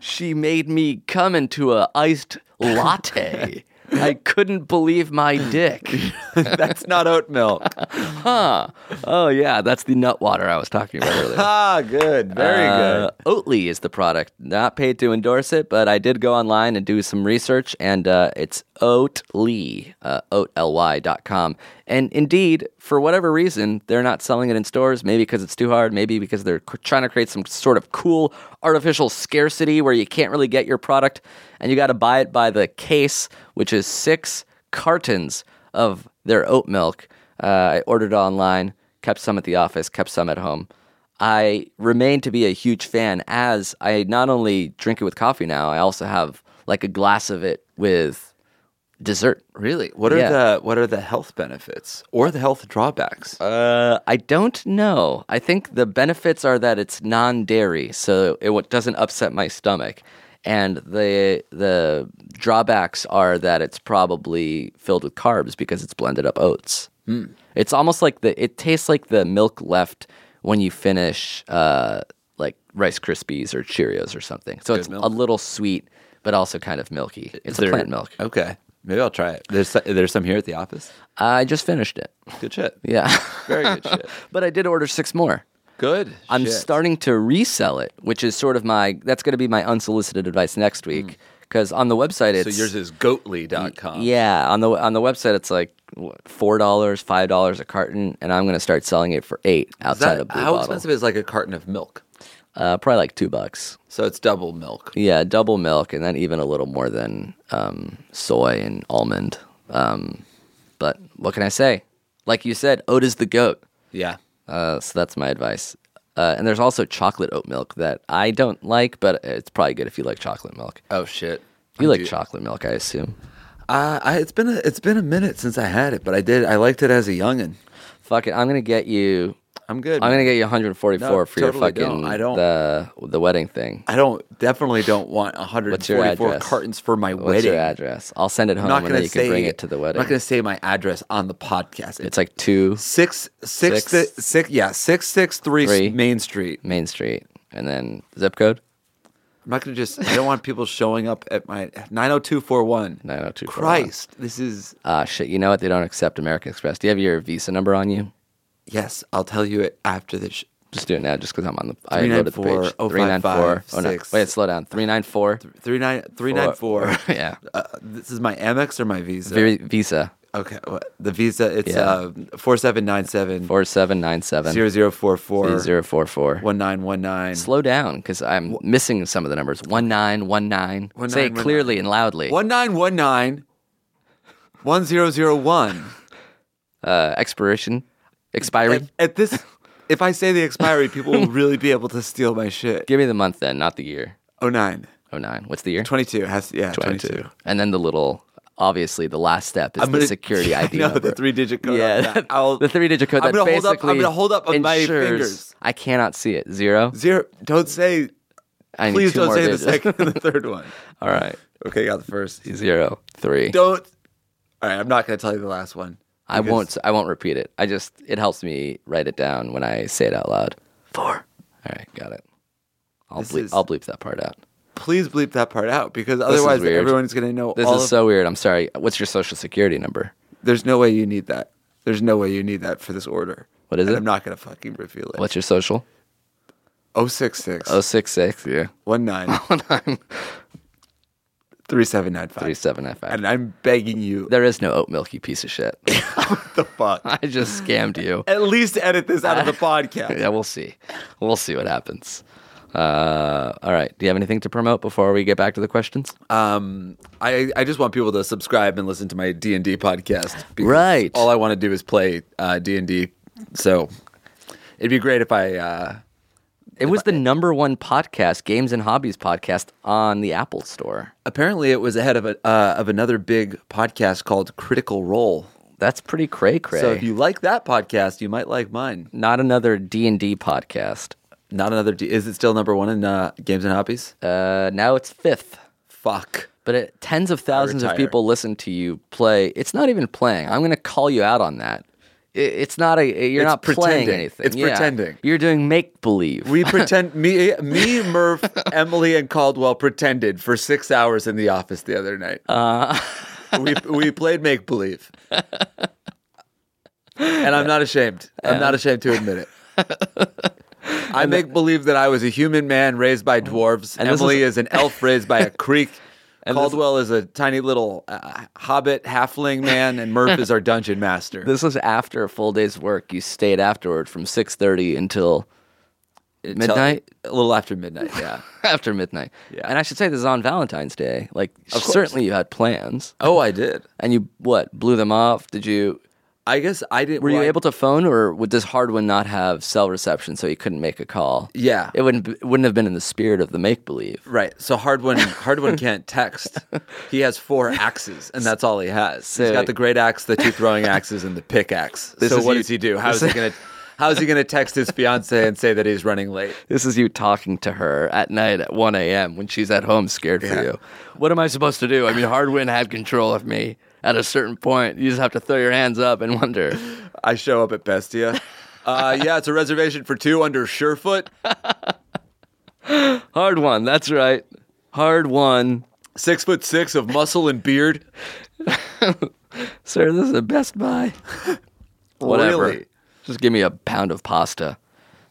Speaker 6: She made me come into a iced latte. I couldn't believe my dick.
Speaker 7: That's not oat milk.
Speaker 6: Oh yeah, that's the nut water I was talking about earlier.
Speaker 7: Ah, good. Very
Speaker 6: Uh, Oatly is the product. Not paid to endorse it, but I did go online and do some research, and uh, it's Oatly, uh, O-T-L-Y dot com. And indeed, for whatever reason, they're not selling it in stores. Maybe because it's too hard. Maybe because they're c- trying to create some sort of cool artificial scarcity where you can't really get your product, and you got to buy it by the case, which is six cartons of their oat milk. Uh, I ordered online, kept some at the office, kept some at home. I remain to be a huge fan as I not only drink it with coffee now, I also have like a glass of it with dessert.
Speaker 7: Really? What are
Speaker 6: Yeah.
Speaker 7: the what are the health benefits or the health drawbacks?
Speaker 6: Uh, I don't know. I think the benefits are that it's non-dairy, so it w- doesn't upset my stomach. And the the drawbacks are that it's probably filled with carbs because it's blended up oats.
Speaker 7: Hmm.
Speaker 6: It's almost like the it tastes like the milk left when you finish uh, like Rice Krispies or Cheerios or something. So it's a little sweet, but also kind of milky. It's a plant milk.
Speaker 7: Okay. Maybe I'll try it. There's there's some here at the office.
Speaker 6: I just finished it.
Speaker 7: Good shit.
Speaker 6: Yeah,
Speaker 7: Very good shit.
Speaker 6: but I did order six more.
Speaker 7: Good.
Speaker 6: I'm
Speaker 7: shit.
Speaker 6: starting to resell it, which is sort of my that's going to be my unsolicited advice next week because on the website
Speaker 7: Hmm. So
Speaker 6: it's
Speaker 7: yours is goatly.com.
Speaker 6: yeah on the on the website it's like what, four dollars five dollars a carton, and I'm going to start selling it for eight
Speaker 7: Is that-
Speaker 6: outside of Blue
Speaker 7: how
Speaker 6: Bottle.
Speaker 7: expensive is like a carton of milk?
Speaker 6: Uh, probably like two bucks.
Speaker 7: So it's double milk.
Speaker 6: Yeah, double milk, and then even a little more than um, soy and almond. Um, but what can I say? Like you said, oat is the goat.
Speaker 7: Yeah.
Speaker 6: Uh, so that's my advice. Uh, and there's also chocolate oat milk that I don't like, but it's probably good if you like chocolate milk.
Speaker 7: Oh shit.
Speaker 6: You
Speaker 7: I
Speaker 6: like
Speaker 7: do-
Speaker 6: chocolate milk, I assume.
Speaker 7: Uh, I, it's been a, it's been a minute since I had it, but I did I liked it as a youngin.
Speaker 6: Fuck it, I'm gonna get you.
Speaker 7: I'm good.
Speaker 6: I'm
Speaker 7: man.
Speaker 6: gonna get you 144
Speaker 7: No,
Speaker 6: for your
Speaker 7: totally
Speaker 6: fucking
Speaker 7: don't. I don't-
Speaker 6: the the wedding thing.
Speaker 7: I don't definitely don't want
Speaker 6: your
Speaker 7: 144
Speaker 6: address?
Speaker 7: cartons for my
Speaker 6: What's
Speaker 7: wedding.
Speaker 6: your address? I'll send it home
Speaker 7: I'm not
Speaker 6: and
Speaker 7: gonna
Speaker 6: then you
Speaker 7: say
Speaker 6: can bring it to the wedding.
Speaker 7: I'm not gonna say my address on the podcast.
Speaker 6: it's like two
Speaker 7: six six
Speaker 6: Six.
Speaker 7: six, six yeah six six three,
Speaker 6: Three.
Speaker 7: Main Street.
Speaker 6: Main Street and then zip code
Speaker 7: I'm not gonna just. I don't want people showing up at my 90241.
Speaker 6: 90241.
Speaker 7: Christ, this is
Speaker 6: Ah shit, you know what? They don't accept American Express. Do you have your Visa number on you?
Speaker 7: yes. I'll tell you it after this. Sh-
Speaker 6: Just do it now, just because I'm on the. I
Speaker 7: 394,
Speaker 6: loaded the page. 394 oh, no.
Speaker 7: 055,
Speaker 6: Wait, slow down. Three nine four.
Speaker 7: three nine three nine four.
Speaker 6: Yeah.
Speaker 7: Uh, this is my Amex or my Visa.
Speaker 6: Very Visa.
Speaker 7: Okay, what- the visa. It's
Speaker 6: Yeah.
Speaker 7: uh four seven nine seven
Speaker 6: Four seven nine seven
Speaker 7: zero zero four four
Speaker 6: zero four four.
Speaker 7: one nine one nine.
Speaker 6: Slow down because I'm missing some of the numbers. One nine one nine.
Speaker 7: One
Speaker 6: Say
Speaker 7: nine,
Speaker 6: it
Speaker 7: one
Speaker 6: clearly and loudly.
Speaker 7: One nine one nine. One zero zero one.
Speaker 6: Uh, expiration, expiry.
Speaker 7: At, at this, if I say the expiry, people will really be able to steal my shit.
Speaker 6: Give me the month then, not the year.
Speaker 7: Oh nine.
Speaker 6: Oh nine. What's the year?
Speaker 7: 22 has yeah 22,
Speaker 6: And then the little, obviously, the last step is
Speaker 7: I'm
Speaker 6: the
Speaker 7: gonna-
Speaker 6: security
Speaker 7: I
Speaker 6: ID
Speaker 7: know,
Speaker 6: number.
Speaker 7: the three-digit code
Speaker 6: Yeah,
Speaker 7: on that. I'll-
Speaker 6: the three-digit code.
Speaker 7: I'm
Speaker 6: that
Speaker 7: gonna hold up- I'm
Speaker 6: basically
Speaker 7: gonna hold up on my
Speaker 6: ensures
Speaker 7: fingers.
Speaker 6: I cannot see it. Zero.
Speaker 7: zero don't say
Speaker 6: I need
Speaker 7: please
Speaker 6: two
Speaker 7: don't
Speaker 6: more
Speaker 7: say
Speaker 6: digits.
Speaker 7: the second and the third one
Speaker 6: All right.
Speaker 7: okay got the first
Speaker 6: Zero. Three.
Speaker 7: don't all right i'm not gonna tell you the last one
Speaker 6: I
Speaker 7: because-
Speaker 6: won't. I won't repeat it. I just it helps me write it down when I say it out loud. Four. All right, got it. I'll
Speaker 7: This
Speaker 6: bleep.
Speaker 7: is-
Speaker 6: I'll bleep that part out.
Speaker 7: please bleep that part out because otherwise
Speaker 6: weird.
Speaker 7: everyone's gonna know
Speaker 6: This
Speaker 7: all
Speaker 6: is
Speaker 7: of-
Speaker 6: so weird. I'm sorry. What's your social security number?
Speaker 7: there's no way you need that there's no way you need that for this order
Speaker 6: What is
Speaker 7: And
Speaker 6: it?
Speaker 7: i'm not gonna fucking reveal it
Speaker 6: What's your social?
Speaker 7: 066
Speaker 6: Oh six six. Yeah.
Speaker 7: 19 3795
Speaker 6: Thirty-seven. I five.
Speaker 7: and i'm begging you
Speaker 6: There is no oat milk, you piece of shit.
Speaker 7: the fuck
Speaker 6: I just scammed you.
Speaker 7: at least edit this out of the podcast
Speaker 6: Yeah, we'll see. We'll see what happens. Uh, all right. Do you have anything to promote before we get back to the questions?
Speaker 7: I, I just want people to subscribe and listen to my D and D podcast. because
Speaker 6: Right.
Speaker 7: All I want to do is play uh, D and D. So it'd be great if I. Uh,
Speaker 6: it was the number one podcast, Games and Hobbies podcast, on the Apple Store.
Speaker 7: apparently, it was ahead of a, uh, of another big podcast called Critical Role.
Speaker 6: That's pretty cray cray.
Speaker 7: So if you like that podcast, you might like mine.
Speaker 6: Not another D and D podcast.
Speaker 7: Not another. D- is it still number one in uh, games and hobbies?
Speaker 6: Uh, now it's fifth,
Speaker 7: Fuck.
Speaker 6: but it, tens of thousands of
Speaker 7: retire.
Speaker 6: people listen to you play. It's not even playing. I'm going to call you out on that. It, it's not a. You're
Speaker 7: It's
Speaker 6: not playing
Speaker 7: pretending.
Speaker 6: anything.
Speaker 7: It's
Speaker 6: Yeah.
Speaker 7: pretending.
Speaker 6: You're doing make believe.
Speaker 7: We pretend me me Murph Emily and Caldwell pretended for six hours in the office the other night.
Speaker 6: Uh.
Speaker 7: we we played make believe, and I'm not ashamed. I'm not ashamed to admit it. I make believe that I was a human man raised by dwarves.
Speaker 6: And this
Speaker 7: Emily
Speaker 6: is-
Speaker 7: is, an elf raised by a creek.
Speaker 6: this-
Speaker 7: Caldwell is a tiny little uh, hobbit halfling man, and Murph is our dungeon master.
Speaker 6: This was after a full day's work. You stayed afterward from six thirty until
Speaker 7: Tell-
Speaker 6: midnight?
Speaker 7: a little after midnight. Yeah.
Speaker 6: after midnight.
Speaker 7: Yeah.
Speaker 6: And I should say this is on Valentine's Day. Like
Speaker 7: course.
Speaker 6: certainly you had plans.
Speaker 7: Oh, I did.
Speaker 6: And you what? Blew them off? Did you
Speaker 7: I guess I didn't.
Speaker 6: were
Speaker 7: well,
Speaker 6: you
Speaker 7: I-
Speaker 6: able to phone or would this hard one not have cell reception so you couldn't make a call?
Speaker 7: Yeah.
Speaker 6: It wouldn't be- it wouldn't have been in the spirit of the make believe.
Speaker 7: Right. So Hardwin Hardwin can't text. He has four axes, and that's all he has.
Speaker 6: So-
Speaker 7: He's got the great axe, the two throwing axes, and the pickaxe.
Speaker 6: This
Speaker 7: So
Speaker 6: is
Speaker 7: what
Speaker 6: you-
Speaker 7: does he do? How
Speaker 6: this
Speaker 7: is he
Speaker 6: is-
Speaker 7: gonna How is he gonna text his fiance and say that he's running late?
Speaker 6: This is you talking to her at night at 1 a.m. when she's at home scared for you. What am I supposed to do? I mean, Hardwin had control of me. At a certain point, you just have to throw your hands up and wonder.
Speaker 7: I show up at Bestia. Uh, yeah, it's a reservation for two under Surefoot.
Speaker 6: Hard one, that's right. Hard one.
Speaker 7: Six foot six of muscle and beard.
Speaker 6: Sir, this is a Best Buy. Whatever.
Speaker 7: Really?
Speaker 6: Just give me a pound of pasta.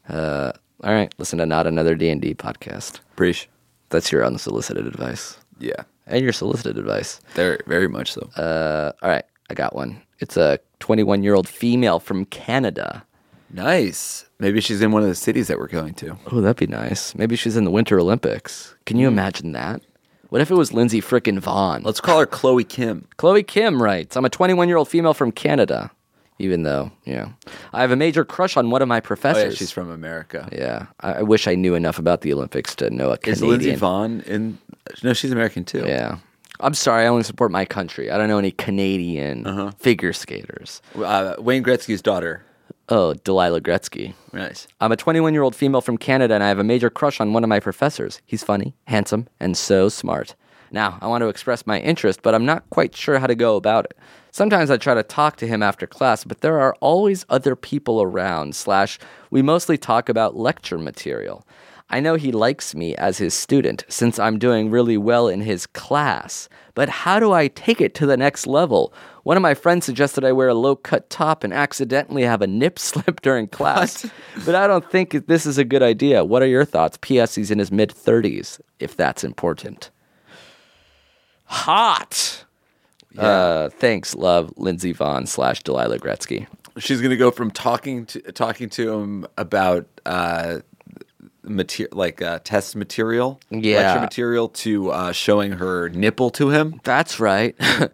Speaker 6: Uh, all right, listen to Not Another D&D podcast.
Speaker 7: Preach.
Speaker 6: That's your unsolicited advice.
Speaker 7: Yeah.
Speaker 6: And your solicited advice.
Speaker 7: Very, very much so.
Speaker 6: Uh, all right, I got one. It's a 21-year-old female from Canada.
Speaker 7: nice. Maybe she's in one of the cities that we're going to.
Speaker 6: Oh, that'd be nice. Maybe she's in the Winter Olympics. Can
Speaker 7: Hmm.
Speaker 6: you imagine that? What if it was Lindsay frickin' Vaughn?
Speaker 7: Let's call her Chloe Kim.
Speaker 6: Chloe Kim writes, I'm a 21 year old female from Canada, even though, you know, I have a major crush on one of my
Speaker 7: Oh,
Speaker 6: professors.
Speaker 7: yeah, she's from America.
Speaker 6: Yeah. I, I wish I knew enough about the Olympics to know a
Speaker 7: Is
Speaker 6: Canadian.
Speaker 7: Lindsay Vaughn in? No, she's American too.
Speaker 6: Yeah. I'm sorry, I only support my country. I don't know any Canadian
Speaker 7: Uh-huh.
Speaker 6: figure skaters.
Speaker 7: Uh, Wayne Gretzky's daughter.
Speaker 6: Oh, Delilah Gretzky.
Speaker 7: Nice.
Speaker 6: I'm a 21 year old female from Canada, and I have a major crush on one of my professors. He's funny, handsome, and so smart. Now, I want to express my interest, but I'm not quite sure how to go about it. Sometimes I try to talk to him after class, but there are always other people around, slash, we mostly talk about lecture material. I know he likes me as his student since I'm doing really well in his class, but how do I take it to the next level? One of my friends suggested I wear a low cut top and accidentally have a nip slip during class, but I don't think this is a good idea. What are your thoughts? P.S. He's in his mid 30s, if that's important. Hot! Uh, thanks, love, Lindsey Vaughn slash Delilah Gretzky.
Speaker 7: She's gonna go from talking to talking to him about uh, material like uh, test material,
Speaker 6: Yeah.
Speaker 7: lecture material, to uh, showing her nipple to him.
Speaker 6: That's right.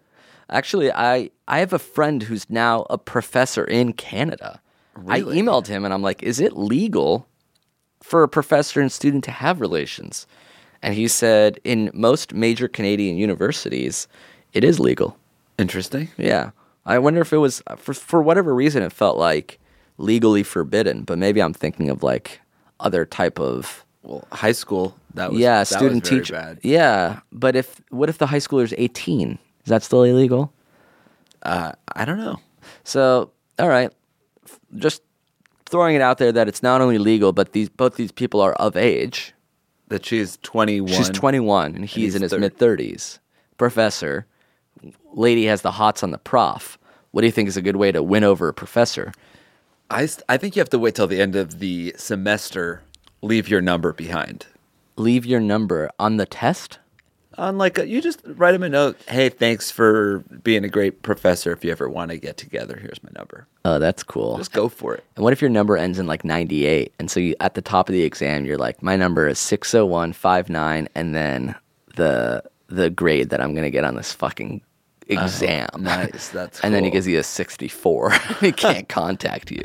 Speaker 6: Actually, I I have a friend who's now a professor in Canada. I emailed him and I'm like, "Is it legal for a professor and student to have relations?" And he said, "In most major Canadian universities, it is legal."
Speaker 7: Interesting.
Speaker 6: Yeah. I wonder if it was for for whatever reason it felt like legally forbidden, but maybe I'm thinking of like other type of
Speaker 7: Well, high school that was
Speaker 6: yeah,
Speaker 7: that was
Speaker 6: student
Speaker 7: very
Speaker 6: teacher.
Speaker 7: bad.
Speaker 6: Yeah, but if what if the high schooler's 18? Is that still illegal?
Speaker 7: I don't know.
Speaker 6: So, all right, F- just throwing it out there that it's not only legal, but these both these people are of age.
Speaker 7: That she's twenty one.
Speaker 6: She's 21 and he's
Speaker 7: he's
Speaker 6: in his
Speaker 7: 30.
Speaker 6: mid 30s. Professor, lady has the hots on the prof. What do you think is a good way to win over a professor?
Speaker 7: I s- I think you have to wait till the end of the semester. Leave your number behind.
Speaker 6: Leave your number on the test.
Speaker 7: on like a, you just write him a note. Hey, thanks for being a great professor. If you ever want to get together, here's my number.
Speaker 6: Oh, that's cool.
Speaker 7: Just go for it.
Speaker 6: And what if your number ends in like 98? And so you, at the top of the exam, you're like, my number is 60159, and then the the grade that I'm going to get on this fucking exam.
Speaker 7: Oh, nice. That's
Speaker 6: And then he
Speaker 7: cool.
Speaker 6: gives you a 64. he can't contact you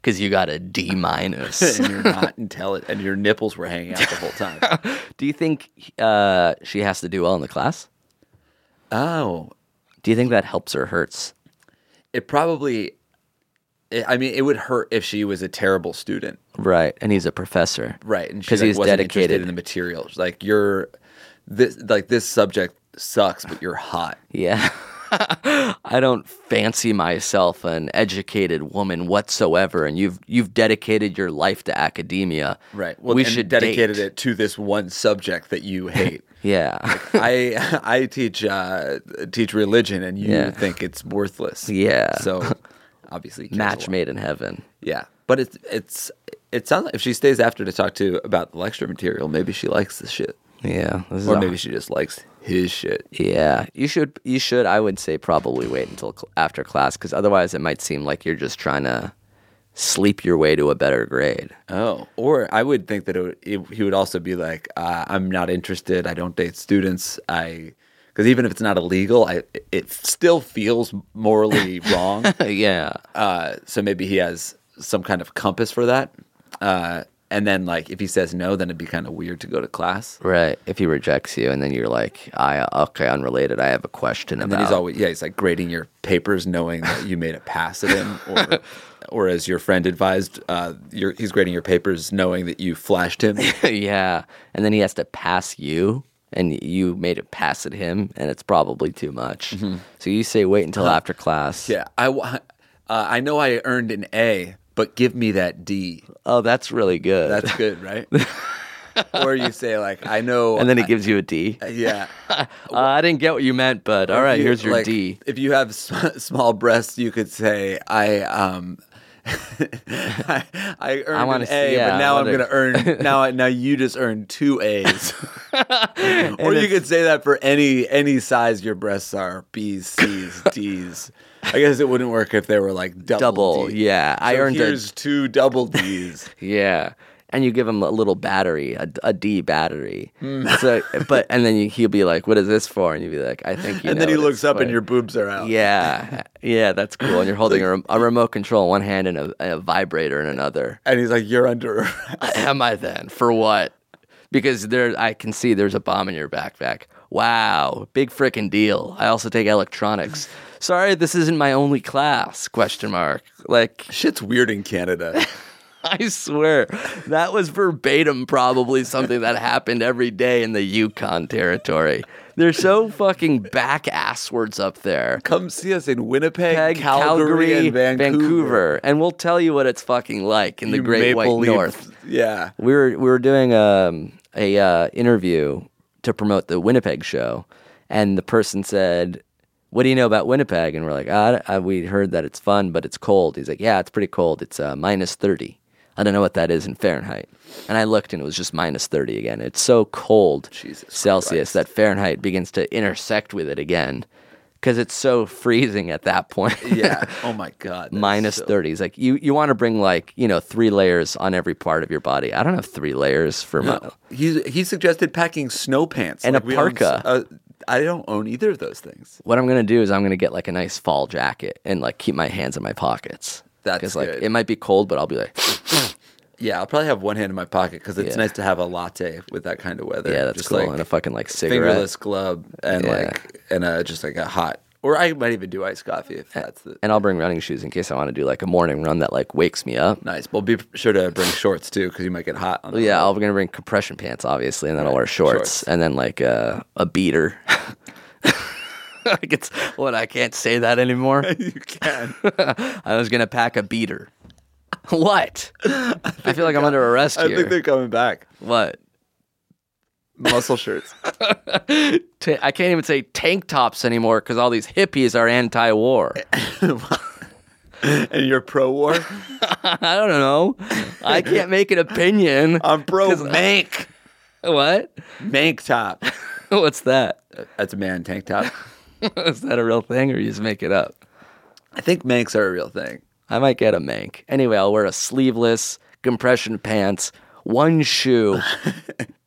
Speaker 6: because you got a D minus.
Speaker 7: And you're not intelligent, and your nipples were hanging out the whole time.
Speaker 6: Do you think uh, she has to do well in the class?
Speaker 7: oh,
Speaker 6: Do you think that helps or hurts?
Speaker 7: it probably. i I mean, it would hurt if she was a terrible student,
Speaker 6: Right. And he's a professor.
Speaker 7: right? And she,
Speaker 6: 'Cause
Speaker 7: like,
Speaker 6: he's
Speaker 7: wasn't interested
Speaker 6: dedicated.
Speaker 7: in the material. She's Like you're this, like this subject sucks, but you're hot.
Speaker 6: Yeah. I don't fancy myself an educated woman whatsoever, and you've you've dedicated your life to academia.
Speaker 7: Well,
Speaker 6: we
Speaker 7: and
Speaker 6: should
Speaker 7: dedicated
Speaker 6: date.
Speaker 7: it to this one subject that you hate.
Speaker 6: Yeah,
Speaker 7: I I teach uh, teach religion, and you
Speaker 6: Yeah.
Speaker 7: think it's worthless.
Speaker 6: Yeah.
Speaker 7: So obviously, it carries a
Speaker 6: match
Speaker 7: lot.
Speaker 6: made in heaven.
Speaker 7: Yeah, but it's it's it sounds like if she stays after to talk to about the lecture material, maybe she likes the shit,
Speaker 6: Yeah, this is
Speaker 7: or
Speaker 6: a-
Speaker 7: maybe she just likes his shit.
Speaker 6: yeah. You should you should I would say probably wait until cl- after class because otherwise it might seem like you're just trying to sleep your way to a better grade.
Speaker 7: Oh, or I would think that it would, it, he would also be like, uh, I'm not interested. I don't date students. I because even if it's not illegal, I it still feels morally wrong.
Speaker 6: yeah,
Speaker 7: Uh, so maybe he has some kind of compass for that. Uh, and then, like, if he says no, then it'd be kind of weird to go to class.
Speaker 6: right. If he rejects you and then you're like, I okay, unrelated. I have a question
Speaker 7: And
Speaker 6: about.
Speaker 7: then he's always, yeah, he's like grading your papers, knowing that you made a pass at him, or, or as your friend advised, uh, you're, he's grading your papers, knowing that you flashed him.
Speaker 6: yeah. And then he has to pass you, and you made it pass at him, and it's probably too much. So you say wait until after class.
Speaker 7: Mm-hmm. Uh-huh. yeah, I, wa- uh, I know I earned an A, but give me that D.
Speaker 6: Oh, that's really good.
Speaker 7: That's good, right? or you say like, I know,
Speaker 6: and then he gives you a D.
Speaker 7: I- yeah.
Speaker 6: Uh, I didn't get what you meant, but all right,
Speaker 7: you-
Speaker 6: here's your
Speaker 7: like,
Speaker 6: D.
Speaker 7: If you have s- small breasts, you could say, "I um, I, I earned
Speaker 6: wanna
Speaker 7: an
Speaker 6: s-
Speaker 7: A,
Speaker 6: yeah,
Speaker 7: but
Speaker 6: I
Speaker 7: now I'm
Speaker 6: wanna-
Speaker 7: gonna earn now. I- Now you just earned two A's." or you could say that for any any size your breasts are B's, C's, D's. I guess it wouldn't work if they were like double.
Speaker 6: Double,
Speaker 7: D.
Speaker 6: yeah. I
Speaker 7: So
Speaker 6: earned a-
Speaker 7: here's two double D's.
Speaker 6: Yeah. And you give him a little battery, a, a D battery.
Speaker 7: Hmm.
Speaker 6: So, but and then you, he'll be like, "What is this for?" And you'll be like, "I think." You
Speaker 7: and then
Speaker 6: know
Speaker 7: he
Speaker 6: what
Speaker 7: looks
Speaker 6: it's
Speaker 7: up
Speaker 6: for."
Speaker 7: and your boobs are out.
Speaker 6: Yeah, yeah, that's cool. And you're holding a, rem- a remote control in one hand and a, and a vibrator in another.
Speaker 7: And he's like, "You're under arrest."
Speaker 6: Am I then? For what? Because there, I can see there's a bomb in your backpack. Wow, big frickin' deal. I also take electronics. Sorry, this isn't my only class? Question mark. Like,
Speaker 7: Shit's weird in Canada.
Speaker 6: I swear, that was verbatim probably something that happened every day in the Yukon territory. They're so fucking back asswards up there.
Speaker 7: Come see us in Winnipeg,
Speaker 6: Winnipeg,
Speaker 7: Calgary, and Vancouver.
Speaker 6: and we'll tell you what it's fucking like in the
Speaker 7: You
Speaker 6: Great
Speaker 7: maple
Speaker 6: White
Speaker 7: leaf-
Speaker 6: North.
Speaker 7: Yeah.
Speaker 6: We were we were doing um, a uh, interview to promote the Winnipeg show, and the person said, "What do you know about Winnipeg?" And we're like, ah, I- "We heard that it's fun, but it's cold." He's like, "Yeah, it's pretty cold. It's uh, minus thirty. I don't know what that is in Fahrenheit." And I looked, and it was just minus thirty again. It's so cold Celsius that Fahrenheit begins to intersect with it again. because it's so freezing at that point.
Speaker 7: Yeah. Oh my god. that's
Speaker 6: Minus
Speaker 7: so-
Speaker 6: 30s. Like you, you want to bring like, you know, three layers on every part of your body. I don't have three layers for my.
Speaker 7: He he suggested packing snow pants
Speaker 6: And a
Speaker 7: we own
Speaker 6: parka.
Speaker 7: s- uh, I don't own either of those things.
Speaker 6: What I'm going to do is I'm going to get like a nice fall jacket and like keep my hands in my pockets.
Speaker 7: That's
Speaker 6: like
Speaker 7: good.
Speaker 6: it might be cold, but I'll be like,
Speaker 7: Yeah, I'll probably have one hand in my pocket because it's
Speaker 6: Yeah.
Speaker 7: nice to have a latte with that kind of weather.
Speaker 6: yeah, that's
Speaker 7: just
Speaker 6: cool.
Speaker 7: Like
Speaker 6: and a fucking like cigarette.
Speaker 7: fingerless glove and
Speaker 6: Yeah.
Speaker 7: like and uh, just like a hot. Or I might even do iced coffee if that's the
Speaker 6: And I'll bring running shoes in case I want to do like a morning run that like wakes me up.
Speaker 7: nice. Well, be sure to bring shorts too because you might get hot. On the
Speaker 6: Well, yeah,
Speaker 7: road.
Speaker 6: I'm gonna bring compression pants, obviously, and then I'll wear shorts,
Speaker 7: shorts.
Speaker 6: and then like uh, a beater. like it's what I can't say that anymore. you can. I was gonna pack a beater. What? I, feel like I'm under arrest
Speaker 7: I
Speaker 6: here.
Speaker 7: think they're coming back.
Speaker 6: What?
Speaker 7: Muscle shirts.
Speaker 6: Ta- I can't even say tank tops anymore because all these hippies are anti-war.
Speaker 7: and you're pro war.
Speaker 6: I don't know. I can't make an opinion.
Speaker 7: I'm pro mank.
Speaker 6: what?
Speaker 7: Mank top.
Speaker 6: What's that?
Speaker 7: That's a man tank top.
Speaker 6: Is that a real thing, or you just make it up?
Speaker 7: I think manks are a real thing.
Speaker 6: I might get a mank. Anyway, I'll wear a sleeveless, compression pants, one shoe,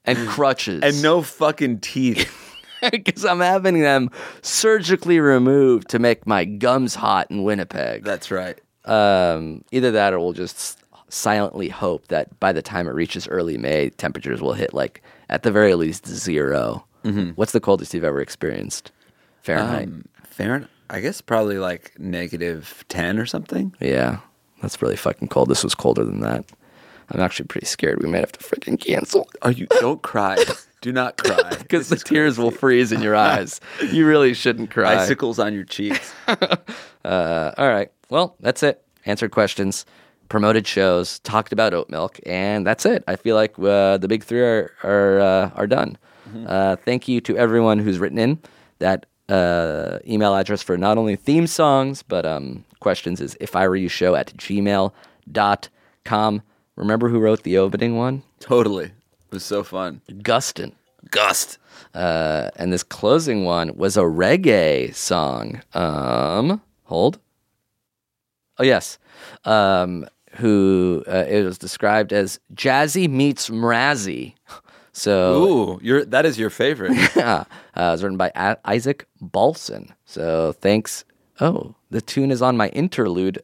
Speaker 6: and crutches.
Speaker 7: And no fucking teeth.
Speaker 6: because I'm having them surgically removed to make my gums hot in Winnipeg.
Speaker 7: That's right.
Speaker 6: Um, either that, or we'll just silently hope that by the time it reaches early May, temperatures will hit like at the very least 0 What's the coldest you've ever experienced? Fahrenheit.
Speaker 7: Um, Fahrenheit. I guess probably like negative ten or something.
Speaker 6: yeah, that's really fucking cold. This was colder than that. I'm actually pretty scared. We might have to freaking cancel.
Speaker 7: Are Oh, you? Don't cry. Do not cry.
Speaker 6: because the tears will freeze in your eyes. You really shouldn't cry.
Speaker 7: Icicles on your cheeks.
Speaker 6: All right. Well, that's it. Answered questions, promoted shows, talked about oat milk, and that's it. I feel like uh, the big three are are, uh, are done. Uh, thank you to everyone who's written in. That uh, email address for not only theme songs but um, questions is if I were you show at gmail.com. Remember who wrote the opening one?
Speaker 7: totally. It was so fun.
Speaker 6: Gustin.
Speaker 7: Gust.
Speaker 6: Uh, and this closing one was a reggae song. Um, hold. Oh yes. Um, who uh, it was described as jazzy meets mrazzy. So
Speaker 7: Ooh, your that is your favorite.
Speaker 6: yeah, uh, it was written by A- Isaac Balson. So thanks. Oh, the tune is on my interlude.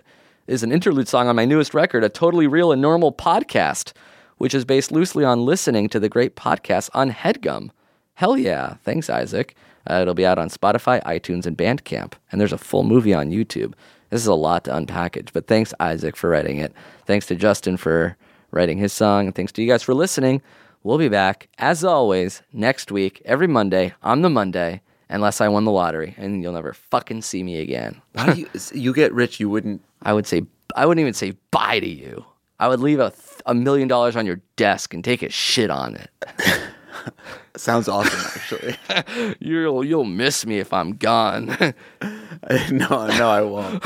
Speaker 6: Is an interlude song on my newest record, a totally real and normal podcast, which is based loosely on listening to the great podcast on Headgum. Hell yeah! Thanks, Isaac. Uh, it'll be out on Spotify, iTunes, and Bandcamp, and there's a full movie on YouTube. This is a lot to unpackage, but thanks, Isaac, for writing it. Thanks to Justin for writing his song, and thanks to you guys for listening. We'll be back, as always, next week, every Monday, on the Monday, unless I won the lottery, and you'll never fucking see me again.
Speaker 7: Why do you, you get rich? You wouldn't.
Speaker 6: I would say, I wouldn't even say bye to you. I would leave a, th- a million dollars on your desk and take a shit on it.
Speaker 7: Sounds awesome, actually.
Speaker 6: You'll, you'll miss me if I'm gone.
Speaker 7: no, no, I won't.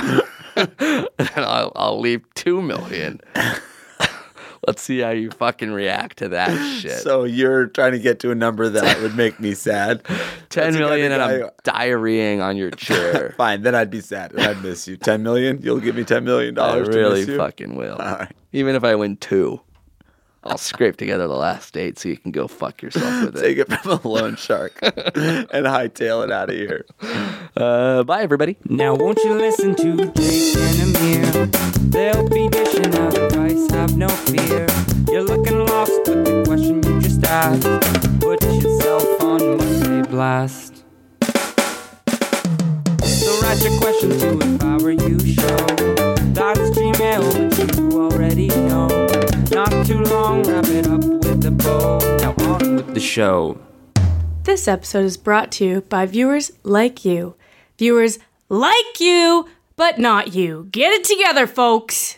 Speaker 6: and I'll, I'll leave two million. Let's see how you fucking react to that shit.
Speaker 7: So you're trying to get to a number that would make me sad.
Speaker 6: Ten
Speaker 7: That's the
Speaker 6: million,
Speaker 7: kind of
Speaker 6: and
Speaker 7: guy-
Speaker 6: I'm diarrheaing on your chair.
Speaker 7: Fine, then I'd be sad. and I'd miss you. Ten million? You'll give me ten million
Speaker 6: I
Speaker 7: dollars.
Speaker 6: really
Speaker 7: to miss you?
Speaker 6: fucking will. Even if I win two, I'll scrape together the last eight so you can go fuck yourself with
Speaker 7: Take
Speaker 6: it.
Speaker 7: it from a loan shark and hightail it out of here.
Speaker 6: Uh, bye, everybody.
Speaker 8: Now won't you listen to Jake and Amir? They'll be dishing out advice, have no fear. You're looking lost with the question you just asked. Put yourself on Monday blast. So write your question to if I were you show. That is Gmail, but you already know. Not too long, wrap it up with a bow. Now on with the show.
Speaker 9: This episode is brought to you by viewers like you. Viewers like you, but not you. Get it together, folks.